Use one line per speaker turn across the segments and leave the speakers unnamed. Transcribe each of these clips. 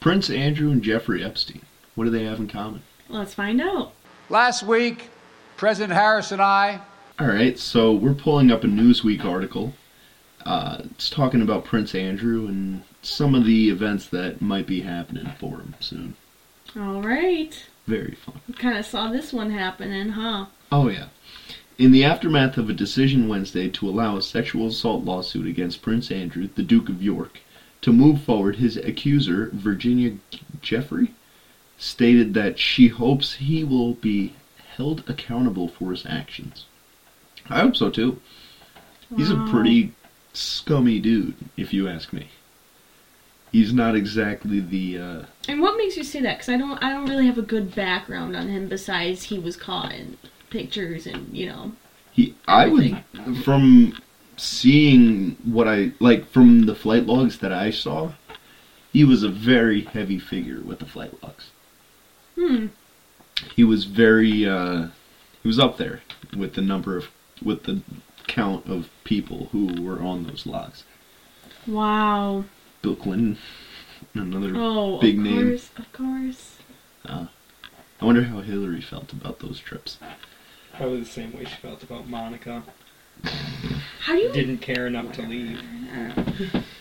Prince Andrew and Jeffrey Epstein. What do they have in common?
Let's find out.
Last week, President Harris and I
All right, so we're pulling up a Newsweek article. Uh, it's talking about Prince Andrew and some of the events that might be happening for him soon.
All right.
Very fun.
We kind of saw this one happening, huh?
Oh, yeah. In the aftermath of a decision Wednesday to allow a sexual assault lawsuit against Prince Andrew, the Duke of York, to move forward, his accuser, Virginia G- Jeffrey, stated that she hopes he will be held accountable for his actions. I hope so too. He's a
Wow.
pretty scummy dude, if you ask me. He's not exactly the uh,
And what makes you say that? Because I don't, I don't really have a good background on him besides he was caught in pictures and you know.
He, I would, from seeing what I like from the flight logs that I saw, he was a very heavy figure with the flight logs.
Hmm.
He was very, uh, he was up there with the number of, with the count of people who were on those logs.
Wow.
Bill Clinton, another.
Oh,
Big
of
name.
course, of course.
I wonder how Hillary felt about those trips.
Probably the same way she felt about Monica.
How do you,
Didn't care enough to leave.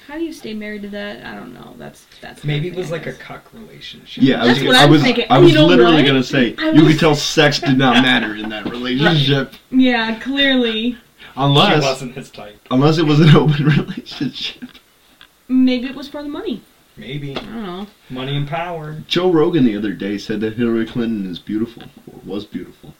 how do you stay married to that? I don't know. That's that's.
Maybe it
kinda
was like a
bananas.
cuck relationship.
Yeah, I was,
That's what
I
I'm
was,
thinking.
I was
You know
literally
what?
gonna say
I
you
was-
could tell sex did not matter in that relationship
Yeah, clearly.
She
unless
wasn't his type.
unless it was an open relationship.
Maybe it was for the money.
Maybe.
I don't know.
Money and power.
Joe Rogan the other day said that Hillary Clinton is beautiful or was beautiful.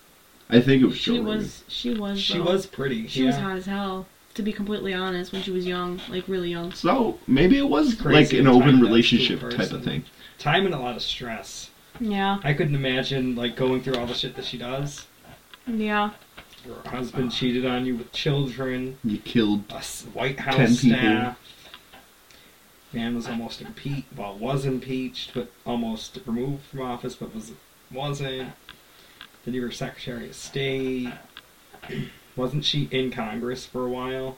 I think it was Joe
She
Rogan.
was. She was.
She
though.
was pretty.
She
yeah.
was hot as hell. To be completely honest, when she was young, like really young.
So maybe it was
It's crazy
like an
to type
open
that to a
relationship type
person.
of thing.
Time and a lot of stress.
Yeah.
I couldn't imagine like going through all the shit that she does.
Yeah.
Her husband cheated on you with children.
You killed.
A s- White
Ten
House
people.
staff. Man was almost impeached. Well, was impeached, but almost removed from office, but was wasn't. Then you were Secretary of State. Wasn't she in Congress for a while?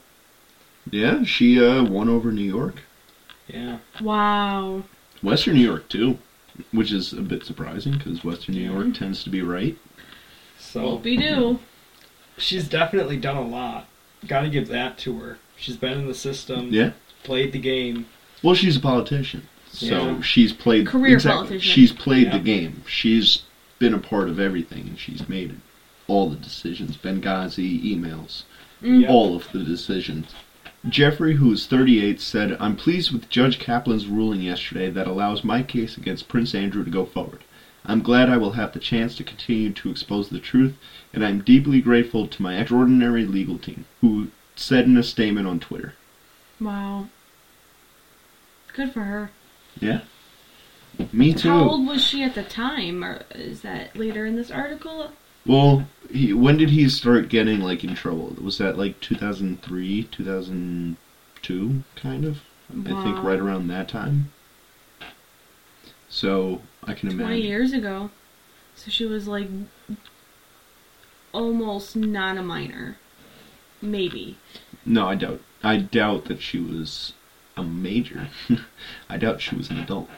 Yeah, she uh, won over New York,
Yeah.
Wow.
Western New York too, which is a bit surprising because Western New
Yeah.
York tends to be right.
So
Whoopie doo.
she's definitely done a lot. Got to give that to her. She's been in the system.
Yeah.
Played the game.
Well, she's a politician, so
Yeah.
she's played
Career
exactly.
politician.
She's played
Yeah.
the game. She's been a part of everything, and she's made all the decisions. Benghazi emails.
Mm.
Yep.
all of the decisions. Jeffrey, who is 38, said, I'm pleased with Judge Kaplan's ruling yesterday that allows my case against Prince Andrew to go forward. I'm glad I will have the chance to continue to expose the truth, and I'm deeply grateful to my extraordinary legal team, who said in a statement on Twitter.
Wow. Good for her.
Yeah? Me
How
too.
old was she at the time, or is that later in this article?
Well, he, when did he start getting, like, in trouble? Was that, like, 2003, 2002, kind of? I think
Wow.
right around that time. So I can
Twenty
imagine.
years ago. So she was like almost not a minor. Maybe.
No, I doubt. I doubt that she was a major. I doubt she was an adult.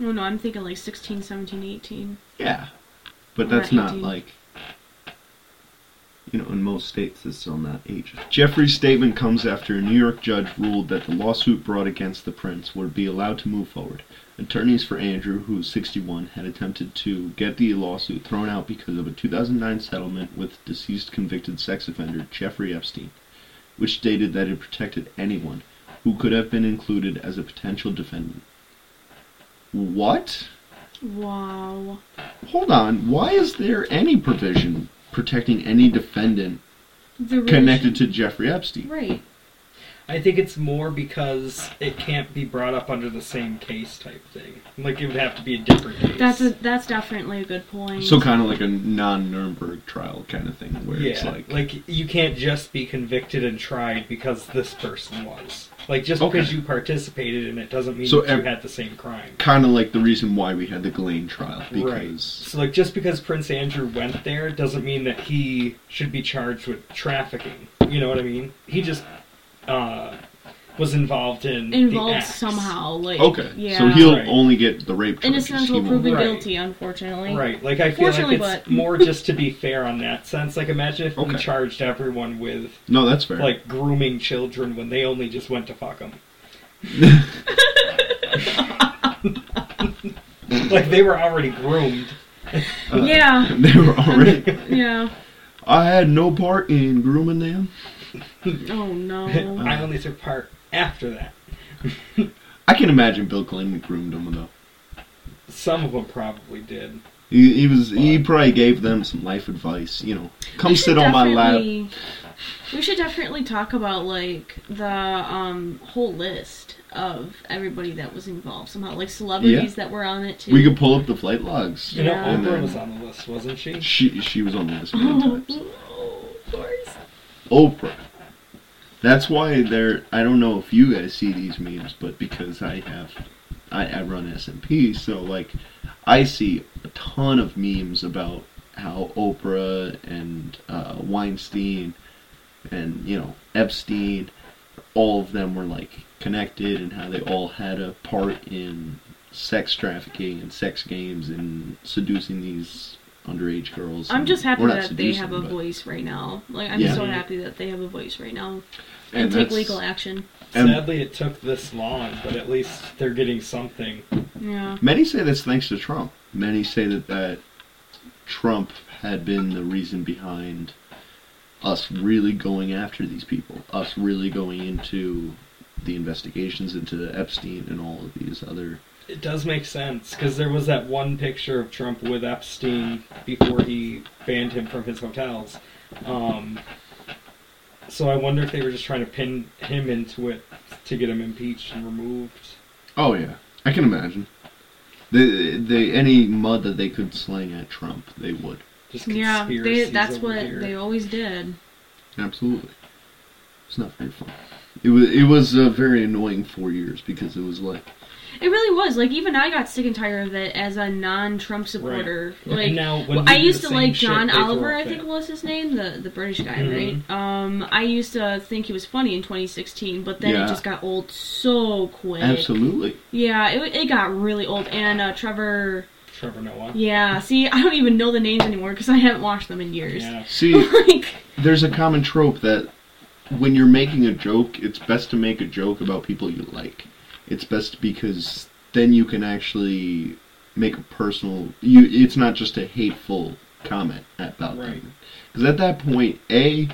Oh no, I'm thinking like 16, 17, 18.
Yeah, but
Or
that's not
18.
like. You know, in most states, it's still not age. Jeffrey's statement comes after a New York judge ruled that the lawsuit brought against the prince would be allowed to move forward. Attorneys for Andrew, who is 61, had attempted to get the lawsuit thrown out because of a 2009 settlement with deceased convicted sex offender Jeffrey Epstein, which stated that it protected anyone who could have been included as a potential defendant. What?
Wow.
Hold on. Why is there any provision protecting any defendant
The
connected to
relation-
Jeffrey Epstein?
Right.
I think it's more because it can't be brought up under the same case type thing. Like it would have to be a different case.
That's a, that's definitely a good point.
So kind of like a non-Nuremberg trial kind of thing, where
yeah,
it's like,
you can't just be convicted and tried because this person was. Like just
Okay.
because you participated in it doesn't mean
So
that you
ev-
had the same crime.
kind of like the reason why we had the Glane trial
Right.
because
So like just because Prince Andrew went there doesn't mean that he should be charged with trafficking. You know what I mean? He just uh was involved in the
involved
acts.
somehow. Like
Okay,
yeah.
so he'll
Right.
only get the rape
and
charges.
it's not
He
until
won't-
proven
Right.
guilty, unfortunately.
Right, like I feel like
Fortunately,
it's
but-
more just to be fair on that sense. Like imagine if we
Okay.
charged everyone with
No, that's fair.
like grooming children when they only just went to fuck them. like they were already groomed.
Yeah,
they were already.
yeah.
I had no part in grooming them.
Oh no.
Uh-huh.
I only took part after that.
I can imagine Bill Clinton groomed them though.
Some of them probably did.
He, he was. He probably gave them some life advice. You know, come
We
sit
should
on my lap.
definitely- We should definitely talk about like the um whole list of everybody that was involved somehow, like celebrities that were on it too.
We could pull up the flight logs.
You know,
Yeah.
And
Oprah
then-
was on the list, wasn't she?
She she was on the list many
Oh,
times.
of course.
Oprah. That's why they're. I don't know if you guys see these memes, but because I have, I, I run SMP, so like, I see a ton of memes about how Oprah and uh, Weinstein and you know Epstein, all of them were like connected, and how they all had a part in sex trafficking and sex games and seducing these underage girls.
I'm
and-
just happy
or not
that they
seducing,
have a
but-
voice right now. Like I'm
Yeah.
so happy that they have a voice right now
and
and, take
that's-
legal action.
and-
Sadly, it took this long, but at least they're getting something.
Yeah.
Many say that's thanks to Trump. Many say that that Trump had been the reason behind us really going after these people, us really going into the investigations into Epstein and all of these other.
It does make sense because there was that one picture of Trump with Epstein before he banned him from his hotels. Um, so I wonder if they were just trying to pin him into it to get him impeached and removed.
Oh yeah, I can imagine. They, they any mud that they could sling at Trump, they would
Just
Yeah, they,
conspiracies
that's
over
what
here.
they always did.
absolutely. It's not very fun. It was it was uh, very annoying four years because it was like
It really was. Like even I got sick and tired of it as a non-Trump supporter.
Right.
Like
And now when
I
we do
used to
the same
like
shit,
John
they throw
Oliver,
a
I
fit.
think was his name, the the British guy,
Mhm.
right? Um, I used to think he was funny in 2016, but then
Yeah.
it just got old so quick.
absolutely.
Yeah, it it got really old. And uh, Trevor,
Trevor Noah.
yeah. See, I don't even know the names anymore because I haven't watched them in years.
Yeah.
See,
like
there's a common trope that when you're making a joke, it's best to make a joke about people you like. It's best because then you can actually make a personal. You, it's not just a hateful comment about
Right.
them. Because at that point, a,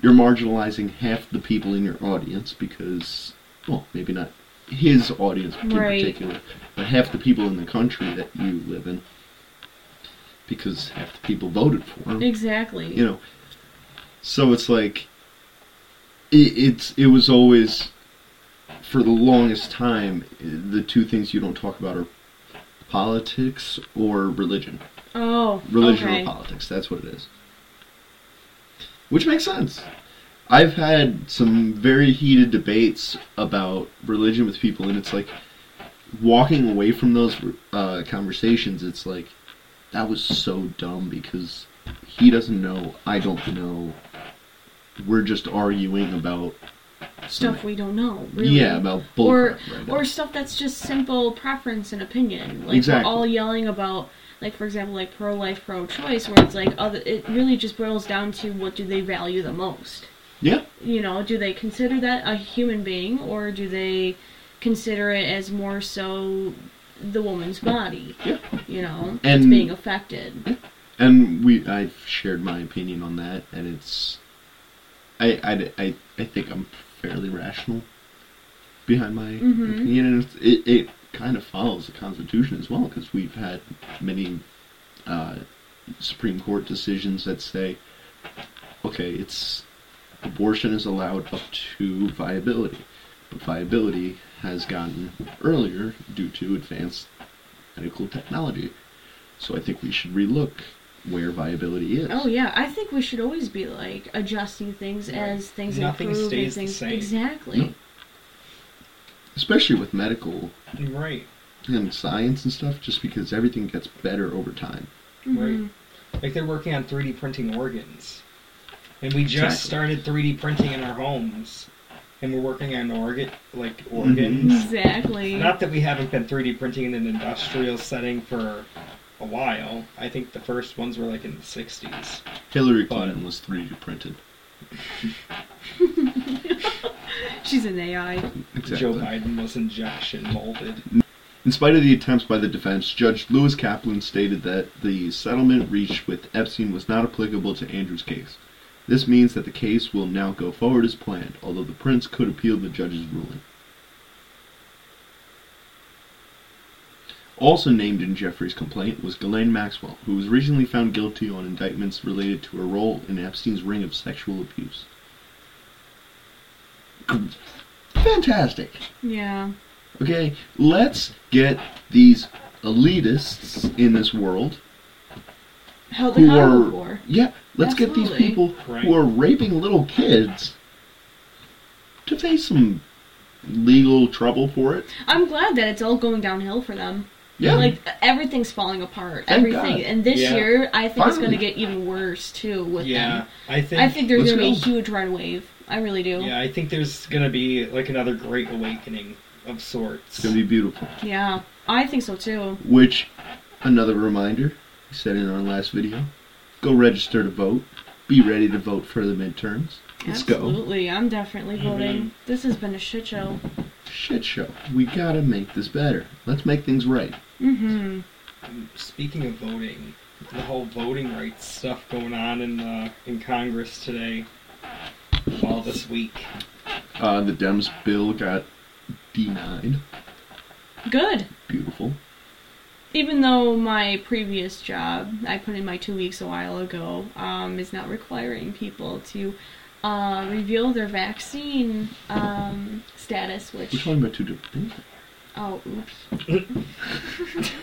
you're marginalizing half the people in your audience because, well, maybe not his audience in
Right.
particular, but half the people in the country that you live in. Because half the people voted for him
exactly.
you know so it's like it, it's it was always for the longest time the two things you don't talk about are politics or religion
oh,
religion
okay.
or politics that's what it is which makes sense i've had some very heated debates about religion with people and it's like walking away from those uh, conversations it's like that was so dumb because he doesn't know i don't know we're just arguing about
stuff we don't know. Really.
yeah about bull
or
crap right now.
or stuff that's just simple preference and opinion. Like
Exactly.
we're all yelling about, like for example, like pro life, pro choice, where it's like other. It really just boils down to what do they value the most.
yeah
You know, do they consider that a human being, or do they consider it as more so the woman's body?
yeah
You know, it's
And-
being affected.
and we I've shared my opinion on that, and it's I I, I, I think I'm fairly rational behind my
Mhm.
opinion, and it's, it it kind of follows the Constitution as well because we've had many uh, Supreme Court decisions that say, okay, it's abortion is allowed up to viability, but viability has gotten earlier due to advanced medical technology. So I think we should relook where viability is.
Oh yeah, I think we should always be like adjusting things as things
Nothing
improve
stays the
and things
same.
exactly.
No. Especially with medical
Right.
and science and stuff, just because everything gets better over time.
Mhm.
Right. Like they're working on 3D printing organs. And we just
Exactly.
started 3D printing in our homes. and we're working on organ, like
Mm-hmm.
organs.
Exactly.
Not that we haven't been 3D printing in an industrial setting for a while. I think the first ones were like in the 60s.
Hillary Clinton was 3D printed.
She's an AI.
Joe Biden was injection molded.
In spite of the attempts by the defense, Judge Lewis Kaplan stated that the settlement reached with Epstein was not applicable to Andrew's case. This means that the case will now go forward as planned, although the prince could appeal the judge's ruling. Also named in Jeffrey's complaint was Ghislaine Maxwell, who was recently found guilty on indictments related to her role in Epstein's ring of sexual abuse. G- Fantastic!
Yeah.
Okay, let's get these elitists in this world
Held
who
accountable
are
for.
yeah, let's get these
Absolutely.
people
Right.
who are raping little kids to face some legal trouble for it.
I'm glad that it's all going downhill for them.
Yeah.
Like everything's falling apart.
Thank
everything.
God.
And this
Yeah.
year, I think it's going
Finally.
to get even worse too with
Yeah,
them.
I think.
I think there's
Let's
going to be a
go.
huge red wave. I really do.
Yeah, I think there's gonna be like another great awakening of sorts.
It's gonna be beautiful.
Yeah, I think so too.
Which another reminder, we said in our last video, go register to vote. Be ready to vote for the midterms. Let's go. Mm-hmm.
Absolutely, I'm definitely voting. This has been a shit show.
Shit show. We gotta make this better. Let's make things right.
Mm-hmm.
Speaking of voting, the whole voting rights stuff going on in uh, in Congress today, all this week.
Uh, the Dems bill got denied.
Good.
Beautiful.
Even though my previous job, I put in my two weeks a while ago, um, is not requiring people to uh, reveal their vaccine um, status, which
We're talking about two different things.
oh, oops.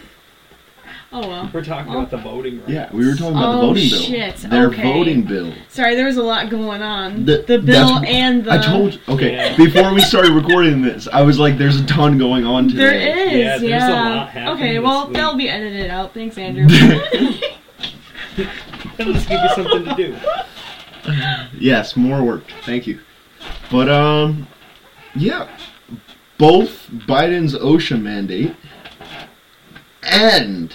oh well.
We're talking about the voting rights.
Yeah, we were talking about the
Oh,
voting bill.
shit,
Their
okay.
voting bill.
Sorry, there was a lot going on.
The-
The, bill
that's-
and the
I told you. Okay,
Yeah.
before we started recording this, I was like, "There's a ton going on
There
today."
is,
Yeah,
yeah.
there's a lot happening
okay, well,
this week.
they'll be edited out. Thanks, Andrew.
At least give you something to do.
Yes, more work. Thank you. But um, yeah, both Biden's OSHA mandate and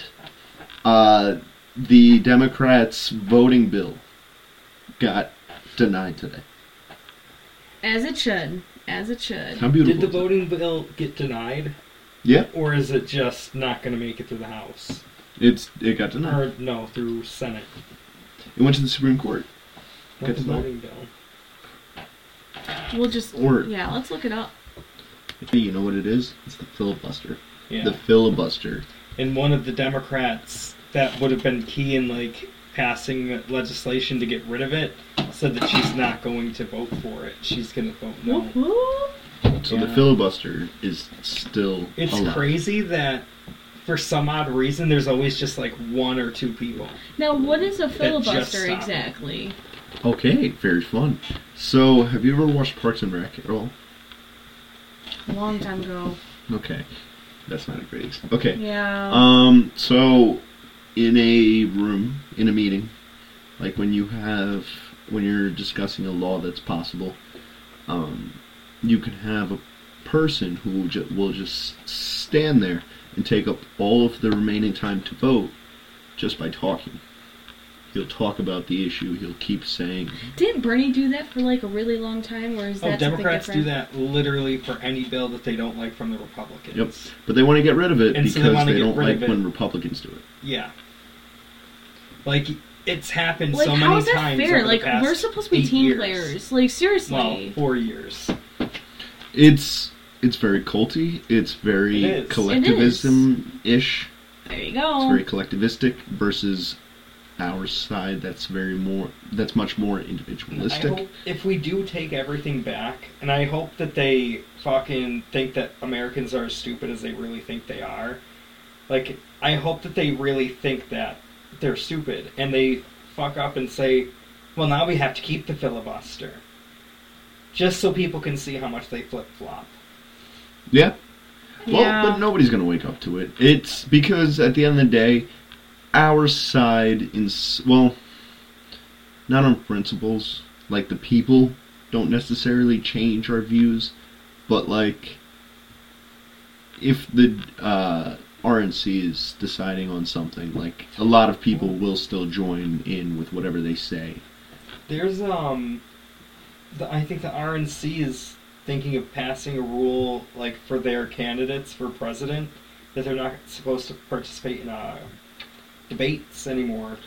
uh, the Democrats' voting bill got denied today.
As it should. As it should.
How beautiful!
Did the
is it?
voting bill get denied,
Yeah,
or is it just not gonna make it through the House
it's it got denied.
or no through Senate?
It went to the Supreme Court.
Not the
Get denied.
voting bill.
We'll just.
Or-
yeah, let's look it up.
Hey, you know what it is? It's the filibuster.
Yeah.
The filibuster.
and one of the Democrats that would have been key in like passing legislation to get rid of it said that she's not going to vote for it. She's going to vote no.
Woohoo!
So the
Yeah.
filibuster is still
It's
alive.
crazy that for some odd reason there's always just like one or two people.
Now, what is a
just
filibuster
stopped.
exactly?
Okay, very fun. So, have you ever watched Parks and Rec at all?
A long time ago.
Okay, that's not a great example. Okay,
Yeah.
um, so in a room in a meeting, like when you have when you're discussing a law that's possible, um, you can have a person who ju- will just stand there and take up all of the remaining time to vote just by talking. He'll talk about the issue. He'll keep saying
Didn't Bernie do that for like a really long time, or is that
oh, Democrats
something
do
different?
that literally for any bill that they don't like from the Republicans.
Yep. But they want to get rid of it
And so they
because
wanna
they,
get
don't
rid
like
of it.
when Republicans do it.
Yeah. Like it's happened
Like,
so many
how is that
times.
fair?
over the
Like,
past
we're supposed to be
eight
team
years.
players. Like, seriously.
Well, four years.
It's it's very culty. It's very
It is.
collectivism ish.
there you
It's
go.
Oh.
very collectivistic versus our side. That's very more. That's much more individualistic.
I hope if we do take everything back, and I hope that they fucking think that Americans are as stupid as they really think they are. Like, I hope that they really think that they're stupid, and they fuck up and say, well, now we have to keep the filibuster. Just so people can see how much they flip flop.
Yeah. Well,
Yeah.
but nobody's gonna wake up to it. It's because at the end of the day, our side in s- well, not on principles like the people don't necessarily change our views, but like if the uh, RNC is deciding on something, like a lot of people will still join in with whatever they say.
There's um, the, I think the RNC is thinking of passing a rule like for their candidates for president that they're not supposed to participate in uh, debates anymore.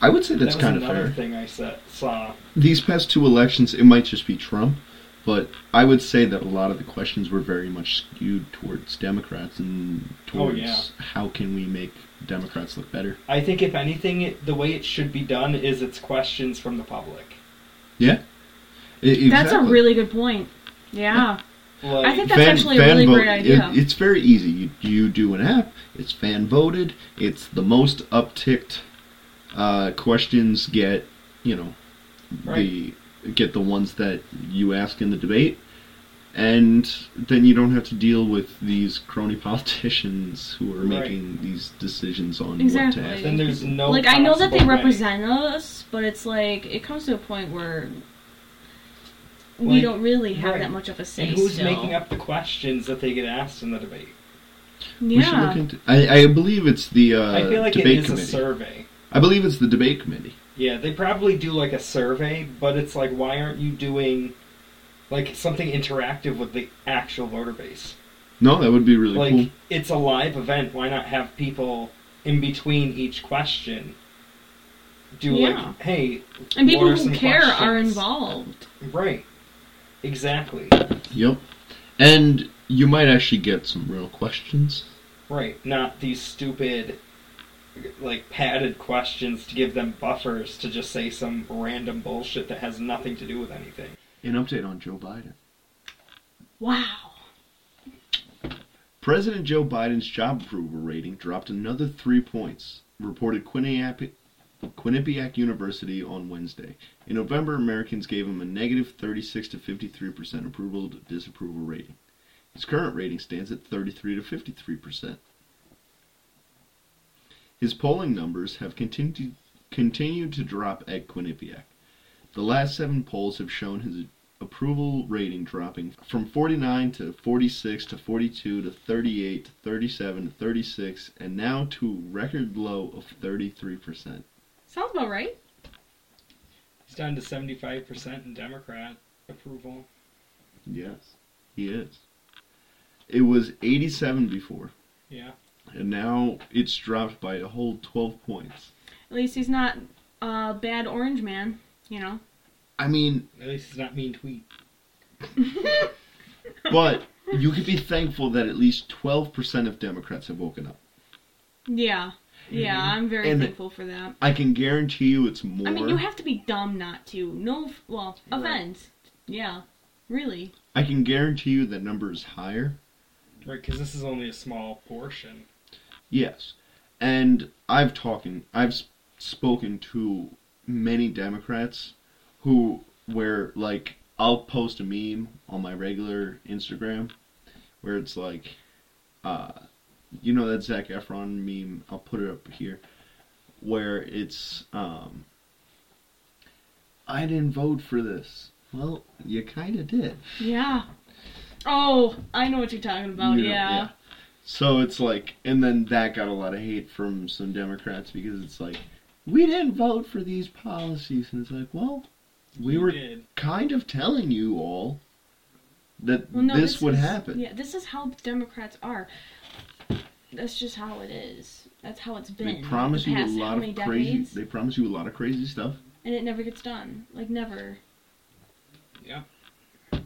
I would say that's
that was
kind of
another
fair.
thing I sa- saw.
These past two elections, it might just be Trump, but I would say that a lot of the questions were very much skewed towards Democrats and
Oh,
towards
yeah.
how can we make Democrats look better.
I think if anything, it, the way it should be done is it's questions from the public.
Yeah, E-
That's a
exactly.
really good point. Yeah.
Like,
I think that's actually a really
vote-
great idea.
it- it's very easy. You, you do an app. It's fan voted. It's the most upticked uh, questions get. You know, the get the ones that you ask in the debate, and then you don't have to deal with these crony politicians who are
Right.
making these decisions on
Exactly.
what to ask.
then there's no.
like I know that they
possible way.
represent us, but it's like it comes to a point where we
Like,
don't really have
right.
that much of a say.
And who's
still.
making up the questions that they get asked in the debate?
We should
Yeah.
look into. I, I believe it's the uh,
I feel like it
debate
is a
committee.
survey.
I believe it's the debate committee.
Yeah, they probably do like a survey, but it's like, why aren't you doing like something interactive with the actual voter base?
No, that would be really
Like,
cool.
it's a live event. Why not have people in between each question do
Yeah.
like, hey,
and people
what are some
who care are
questions?
involved.
right, exactly,
Yep. And you might actually get some real questions.
right, not these stupid like padded questions to give them buffers to just say some random bullshit that has nothing to do with anything.
An update on Joe Biden.
Wow.
President Joe Biden's job approval rating dropped another three points, reported Quinnipiac, Quinnipiac University on Wednesday. In November, Americans gave him a negative 36 to 53 percent approval to disapproval rating. His current rating stands at 33 to 53 percent. His polling numbers have continued continued to drop at Quinnipiac. The last seven polls have shown his approval rating dropping from 49 to 46 to 42 to 38 to 37 to 36 and now to record low of 33%.
Sounds about right.
He's down to seventy-five percent in Democrat approval.
Yes, he is. It was 87 before
Yeah.
and now it's dropped by a whole 12 points.
At least he's not a bad orange man. You know.
I mean,
At least it's not mean tweet.
but you could be thankful that at least 12% of Democrats have woken up.
Yeah. Yeah, I'm very
Mm-hmm. And-
thankful for that.
I can guarantee you it's more
I mean, you have to be dumb not to. No, f- well,
Right.
offense. Yeah, really.
I can guarantee you that number is higher
Right, because this is only a small portion.
Yes, and I've talking I've s- spoken to many Democrats who where like I'll post a meme on my regular Instagram where it's like, uh, you know that Zach Efron meme. I'll put it up here where it's um, I didn't vote for this. Well, you kind of did.
Yeah. Oh, I know what you're talking about.
You know,
yeah.
So it's like, and then that got a lot of hate from some Democrats because it's like, we didn't vote for these policies, and it's like, well, we
You
were
did.
kind of telling you all that
Well, no,
this, would
is-
happen.
Yeah, this is how Democrats are. That's just how it is. That's how it's been.
They promise
the
you a
past how
lot
many
of crazy.
decades,
They promise you a lot of crazy stuff.
and it never gets done. Like never.
Yeah.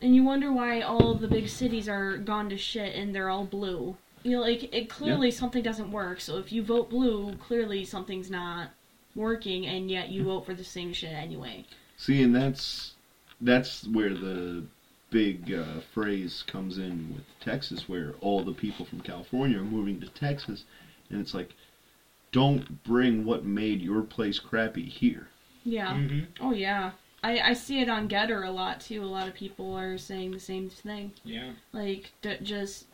And you wonder why all the big cities are gone to shit and they're all blue. You know, like it clearly something doesn't work. So if you vote blue, clearly something's not working, and yet you vote for the same shit anyway.
See, and that's that's where the big uh, phrase comes in with Texas, where all the people from California are moving to Texas, and it's like, don't bring what made your place crappy here.
Yeah.
Mm-hmm.
Oh yeah. I, I see it on Getter a lot too. A lot of people are saying the same thing.
Yeah.
Like, d- just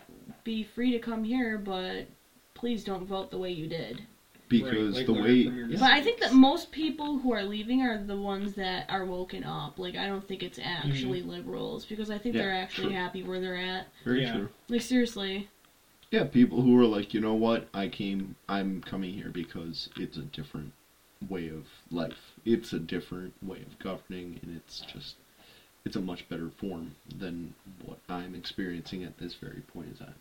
be free to come here, but please don't vote the way you did.
because
like
the
learn
way
from your
yeah.
But I think that most people who are leaving are the ones that are woken up. Like I don't think it's actually liberals because I think
Mm-hmm. Yeah,
they're actually
true.
happy where they're at.
very
Yeah.
true.
Like seriously.
Yeah, people who are like, you know what, I came, I'm coming here because it's a different way of life. It's a different way of governing, and it's just, it's a much better form than what I'm experiencing at this very point in time.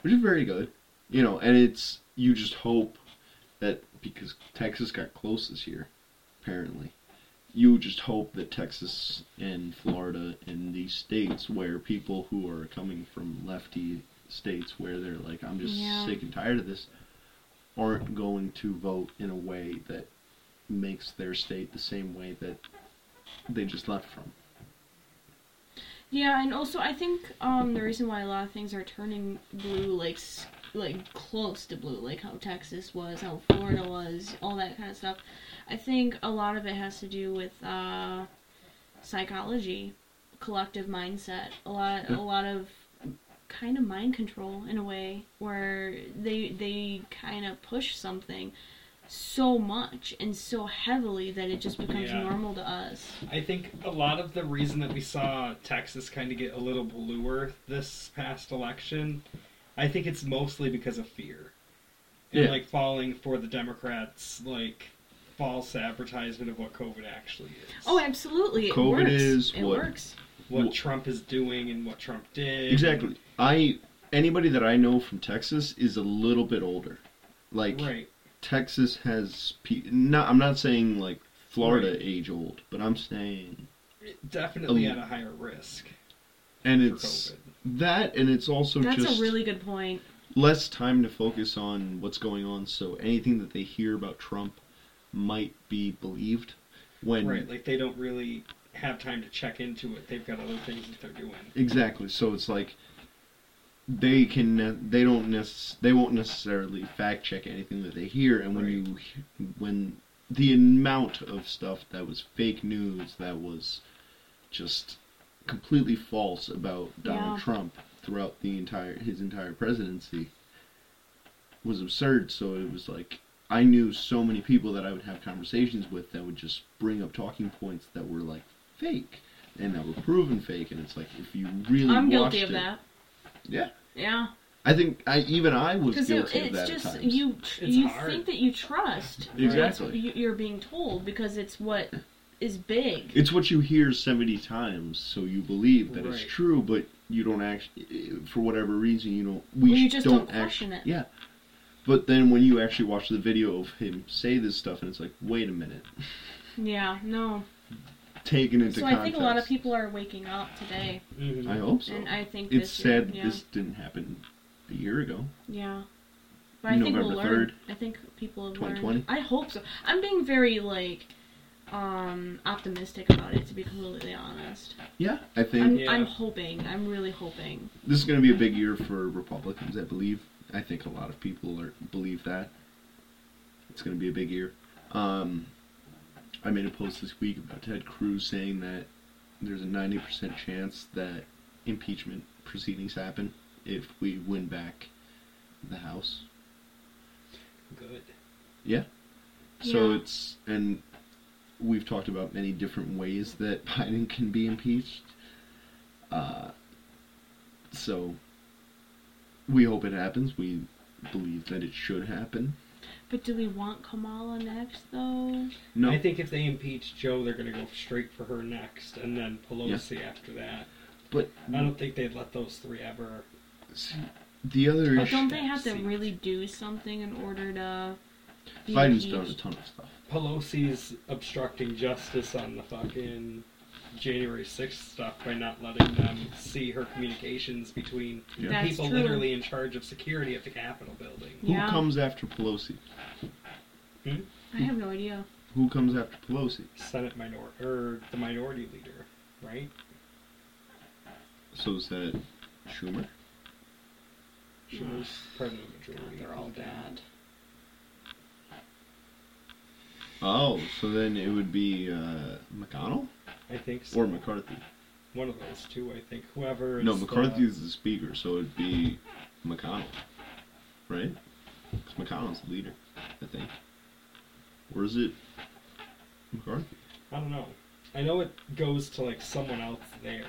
Which is very good, you know, and it's, you just hope that because Texas got close this year, apparently. You just hope that Texas and Florida and these states where people who are coming from lefty states where they're like, I'm just
Yeah.
sick and tired of this, aren't going to vote in a way that makes their state the same way that they just left from.
Yeah, and also I think um, the reason why a lot of things are turning blue, like s- like close to blue, like how Texas was, how Florida was, all that kind of stuff. I think a lot of it has to do with uh, psychology, collective mindset, a lot a lot of kind of mind control in a way where they they kind of push something so much and so heavily that it just becomes
Yeah.
normal to us.
I think a lot of the reason that we saw Texas kind of get a little bluer this past election, I think it's mostly because of fear. And
Yeah.
like falling for the Democrats, like false advertisement of what COVID actually is.
Oh, absolutely. It
COVID
works.
is
it
what-
works.
what
Well-
Trump is doing and what Trump did.
Exactly. I anybody that I know from Texas is a little bit older. Like
Right.
Texas has pe- not I'm not saying like Florida
Right.
age old, but I'm saying
Definitely
Um,
at a higher risk
and
for
it's
COVID.
that and it's also
That's
just
a really good point.
less time to focus on what's going on so anything that they hear about Trump might be believed when
Right. Like they don't really have time to check into it. They've got other things that they're doing.
Exactly. So it's like they can ne- they don't nec- they won't necessarily fact check anything that they hear, and when
Right.
you he- when the amount of stuff that was fake news that was just completely false about Donald
Yeah.
Trump throughout the entire his entire presidency was absurd. So it was like I knew so many people that I would have conversations with that would just bring up talking points that were like fake and that were proven fake. And it's like if you really
I'm guilty
watched
of
it-
that.
Yeah,
Yeah,
I think I even I was
because
guilty of
it's
that at
just
times.
you.
It's
you
hard.
think that you trust
Exactly.
what you, you're being told because it's what is big.
It's what you hear seventy times, so you believe that it's
Right.
true, but you don't actually, for whatever reason, you don't. We
Well, you
sh-
just
don't,
don't question
act-
it.
Yeah. But then when you actually watch the video of him say this stuff, and it's like, wait a minute,
yeah, no.
taken into
So
context.
I think a lot of people are waking up today,
I hope so.
and I think
it's
this
sad that
Yeah,
this didn't happen a year ago.
yeah. But I think we'll
November
learn.
3rd,
I think people have
2020.
learned. I hope so. I'm being very like um optimistic about it to be completely honest.
Yeah, I think
I'm,
Yeah.
I'm hoping. I'm really hoping.
this is going to be a big year for Republicans, I believe. I think a lot of people are, believe that. It's going to be a big year. Um, I made a post this week about Ted Cruz saying that there's a 90% chance that impeachment proceedings happen if we win back the House.
Good.
Yeah. So
Yeah.
it's and we've talked about many different ways that Biden can be impeached. Uh, so we hope it happens. We believe that it should happen.
But do we want Kamala next, though?
No,
I think if they impeach Joe, they're going to go straight for her next, and then Pelosi after that.
but
I don't think they'd let those three ever.
see, the other
But
issue,
don't they have to
Seat.
really do something in order to? be
Biden's done a
impeached?
ton of stuff.
Pelosi's obstructing justice on the fucking January 6th stuff by not letting them see her communications between
Yeah.
That's
people
true.
literally in charge of security at the Capitol building.
Yeah.
Who comes after Pelosi?
I have no idea.
Who comes after Pelosi?
Senate minor or the minority leader, right?
So is that Schumer?
She was part of the majority.
Mm. They're all bad.
Oh, so then it would be uh, McConnell
I think so.
or McCarthy.
One of those two, I think. Whoever. Is
No, McCarthy
the-
is the speaker, so it'd be McConnell, right? Because McConnell's the leader. I think. Or is it McCarthy?
I don't know. I know it goes to like someone else there.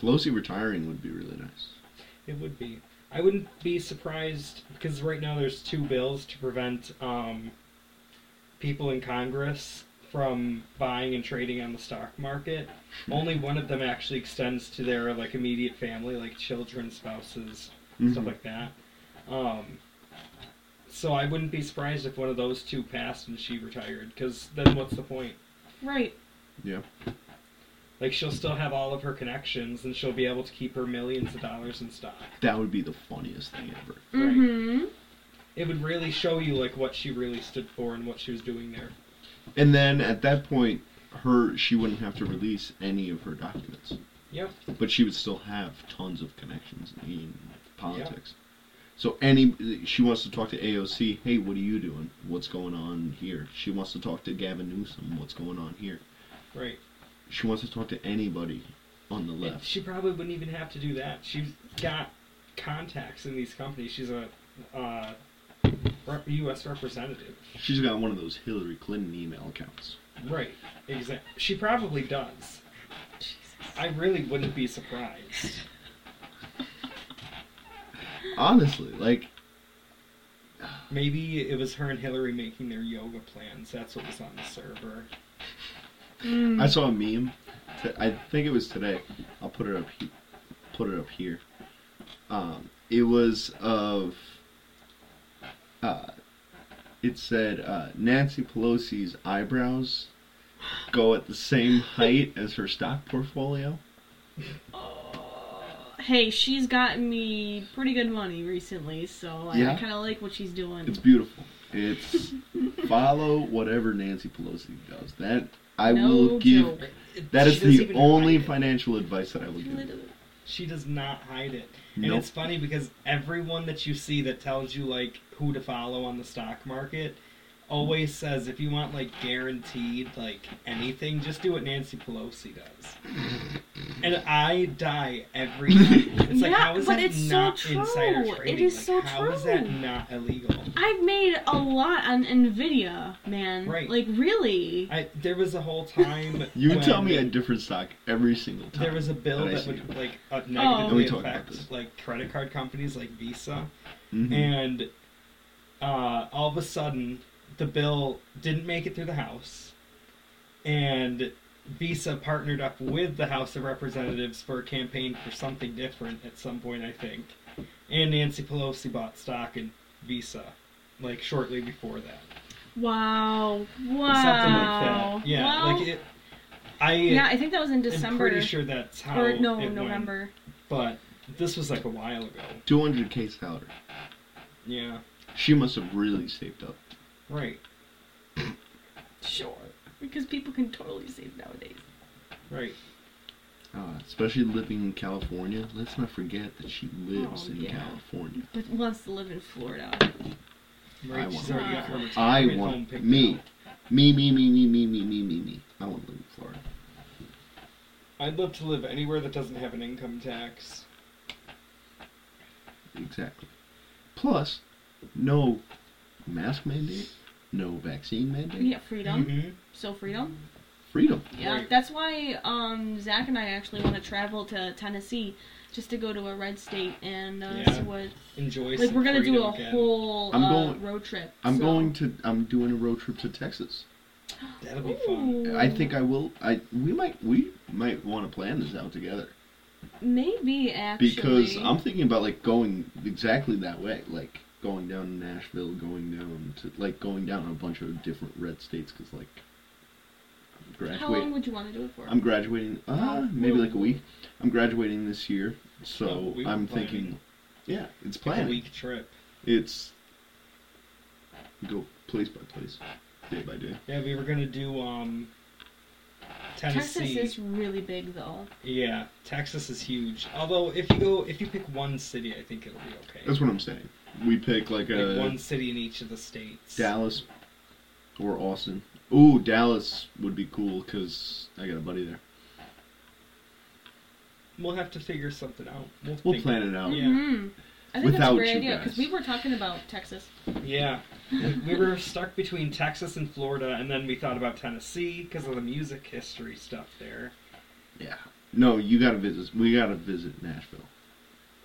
Pelosi retiring would be really nice.
It would be. I wouldn't be surprised because right now there's two bills to prevent um, people in Congress from buying and trading on the stock market. Only one of them actually extends to their like immediate family, like children, spouses,
Mhm.
stuff like that. Um, so I wouldn't be surprised if one of those two passed and she retired, because then what's the point?
Right.
Yeah.
Like she'll still have all of her connections, and she'll be able to keep her millions of dollars in stock.
That would be the funniest thing ever.
Right.
Mm-hmm.
it would really show you like what she really stood for and what she was doing there.
And then at that point, her she wouldn't have to release any of her documents,
Yep.
but she would still have tons of connections in politics. So any she wants to talk to AOC. Hey, what are you doing? What's going on here? She wants to talk to Gavin Newsom. What's going on here?
Right.
She wants to talk to anybody on the
And
left.
she probably wouldn't even have to do that. She's got contacts in these companies. She's a uh, re- U.S. representative.
She's got one of those Hillary Clinton email accounts.
Right. Exactly. She probably does. I really wouldn't be surprised.
Honestly, like
Maybe it was her and Hillary making their yoga plans. That's what was on the server. Mm.
I saw a meme. t- I think it was today. I'll put it up. He- put it up here. Um, it was of. Uh, it said uh, Nancy Pelosi's eyebrows go at the same height as her stock portfolio.
Hey, she's gotten me pretty good money recently, so I,
Yeah?
kind of like what she's doing.
It's beautiful. It's follow whatever Nancy Pelosi does. That I will give.
joke.
That is
She doesn't
the
even
only
hide it.
financial advice that I will give.
She does not hide it. And
Nope.
it's funny because everyone that you see that tells you like who to follow on the stock market always says if you want like guaranteed like anything, just do what Nancy Pelosi does. and I die every time. It's like
Yeah,
how is
but
that
it's so
not
true.
insider
It
trading?
is
Like,
so
How is that
true.
not illegal?
I've made a lot on Nvidia, man.
Right.
Like really.
I there was a whole time
You
when
tell me a different stock every single time.
There was a bill
I
that
see.
would like
Oh.
uh,
And
we
negatively
talked about this.
affect like credit card companies like Visa,
Mhm.
and uh, all of a sudden the bill didn't make it through the House, and Visa partnered up with the House of Representatives for a campaign for something different at some point, I think. And Nancy Pelosi bought stock in Visa, like shortly before that,
Wow.
Or
Wow.
something like that. Yeah,
Well,
like it. I
yeah, I think that was in
am
December
pretty sure that's how
or no
it went.
November.
But this was like a while ago.
200k salary.
Yeah.
She must have really saved up.
Right.
Sure, because people can totally save nowadays.
Right.
Uh, especially living in California. Let's not forget that she lives
Oh,
in
yeah.
California.
But wants to live in Florida.
I
Right.
want-
She's already got her
I
retirement home
want
picked
me.
out.
Me, me, me, me, me, me, me, me, me. I want to live in Florida.
I'd love to live anywhere that doesn't have an income tax.
Exactly. Plus, no mask mandate, no vaccine mandate.
Yeah, freedom.
Mhm.
So freedom.
Freedom.
Yeah,
Right.
that's why um, Zach and I actually want to travel to Tennessee just to go to a red state and uh,
Yeah.
see what.
Enjoy.
Like
some
we're gonna do
freedom
a
again.
whole
I'm
uh,
going-
road trip.
I'm
so-
going to. I'm doing a road trip to Texas.
That'll be fun.
Ooh,
I think I will. I we might we might want to plan this out together.
maybe actually
because I'm thinking about like going exactly that way, like going down to Nashville, going down to like going down a bunch of different red states because like I'm
How long
graduating.
would you want to do it for?
I'm graduating. Uh, maybe like a week. I'm graduating this year, so
Oh, we were
I'm
planning.
thinking. Yeah, it's
Like a
planning.
week trip.
It's go place by place, day by day.
Yeah, we were gonna do um. Tennessee.
Texas is really big though.
Yeah, Texas is huge. Although if you go, if you pick one city, I think it'll be okay.
That's what I'm saying. We pick like
Pick
a
one city in each of the states.
Dallas or Austin. Ooh, Dallas would be cool because I got a buddy there.
We'll have to figure something out. We'll,
We'll
think-
plan it out.
Yeah.
Mhm. I think that's
Without
a great
you
idea
guys.
because we were talking about Texas.
Yeah, we, we were stuck between Texas and Florida, and then we thought about Tennessee because of the music history stuff there.
Yeah. No, you gotta visit. We gotta visit Nashville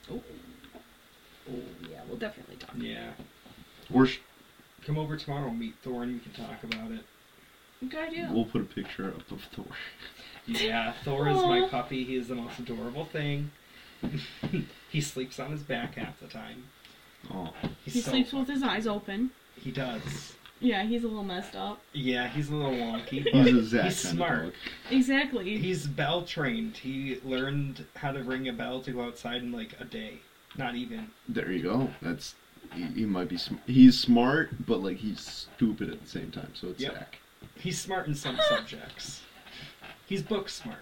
Oh, oh yeah, we'll definitely talk.
Yeah,
or sh-
come over tomorrow, meet Thorn. We can talk about it.
Good idea.
we'll put a picture up of Thor.
Yeah, Thor is my
Aw.
puppy. He is the most adorable thing. he sleeps on his back half the time.
Oh,
He's
he
so
sleeps
fun.
with his eyes open.
He does.
Yeah, he's a little messed up.
Yeah, he's a little wonky. But
he's a Zach
he's
kind
smart.
of dog.
Exactly.
He's bell trained. He learned how to ring a bell to go outside in like a day. Not even.
There you go. That's he, he might be. Sm- he's smart, but like he's stupid at the same time. So it's
Yep.
Zach.
He's smart in some subjects. He's book smart.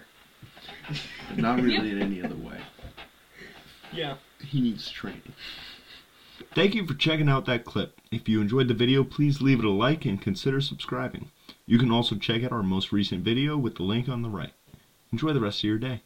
But not really in any other way.
Yeah.
He needs training. Thank you for checking out that clip. If you enjoyed the video, please leave it a like and consider subscribing. You can also check out our most recent video with the link on the right. Enjoy the rest of your day.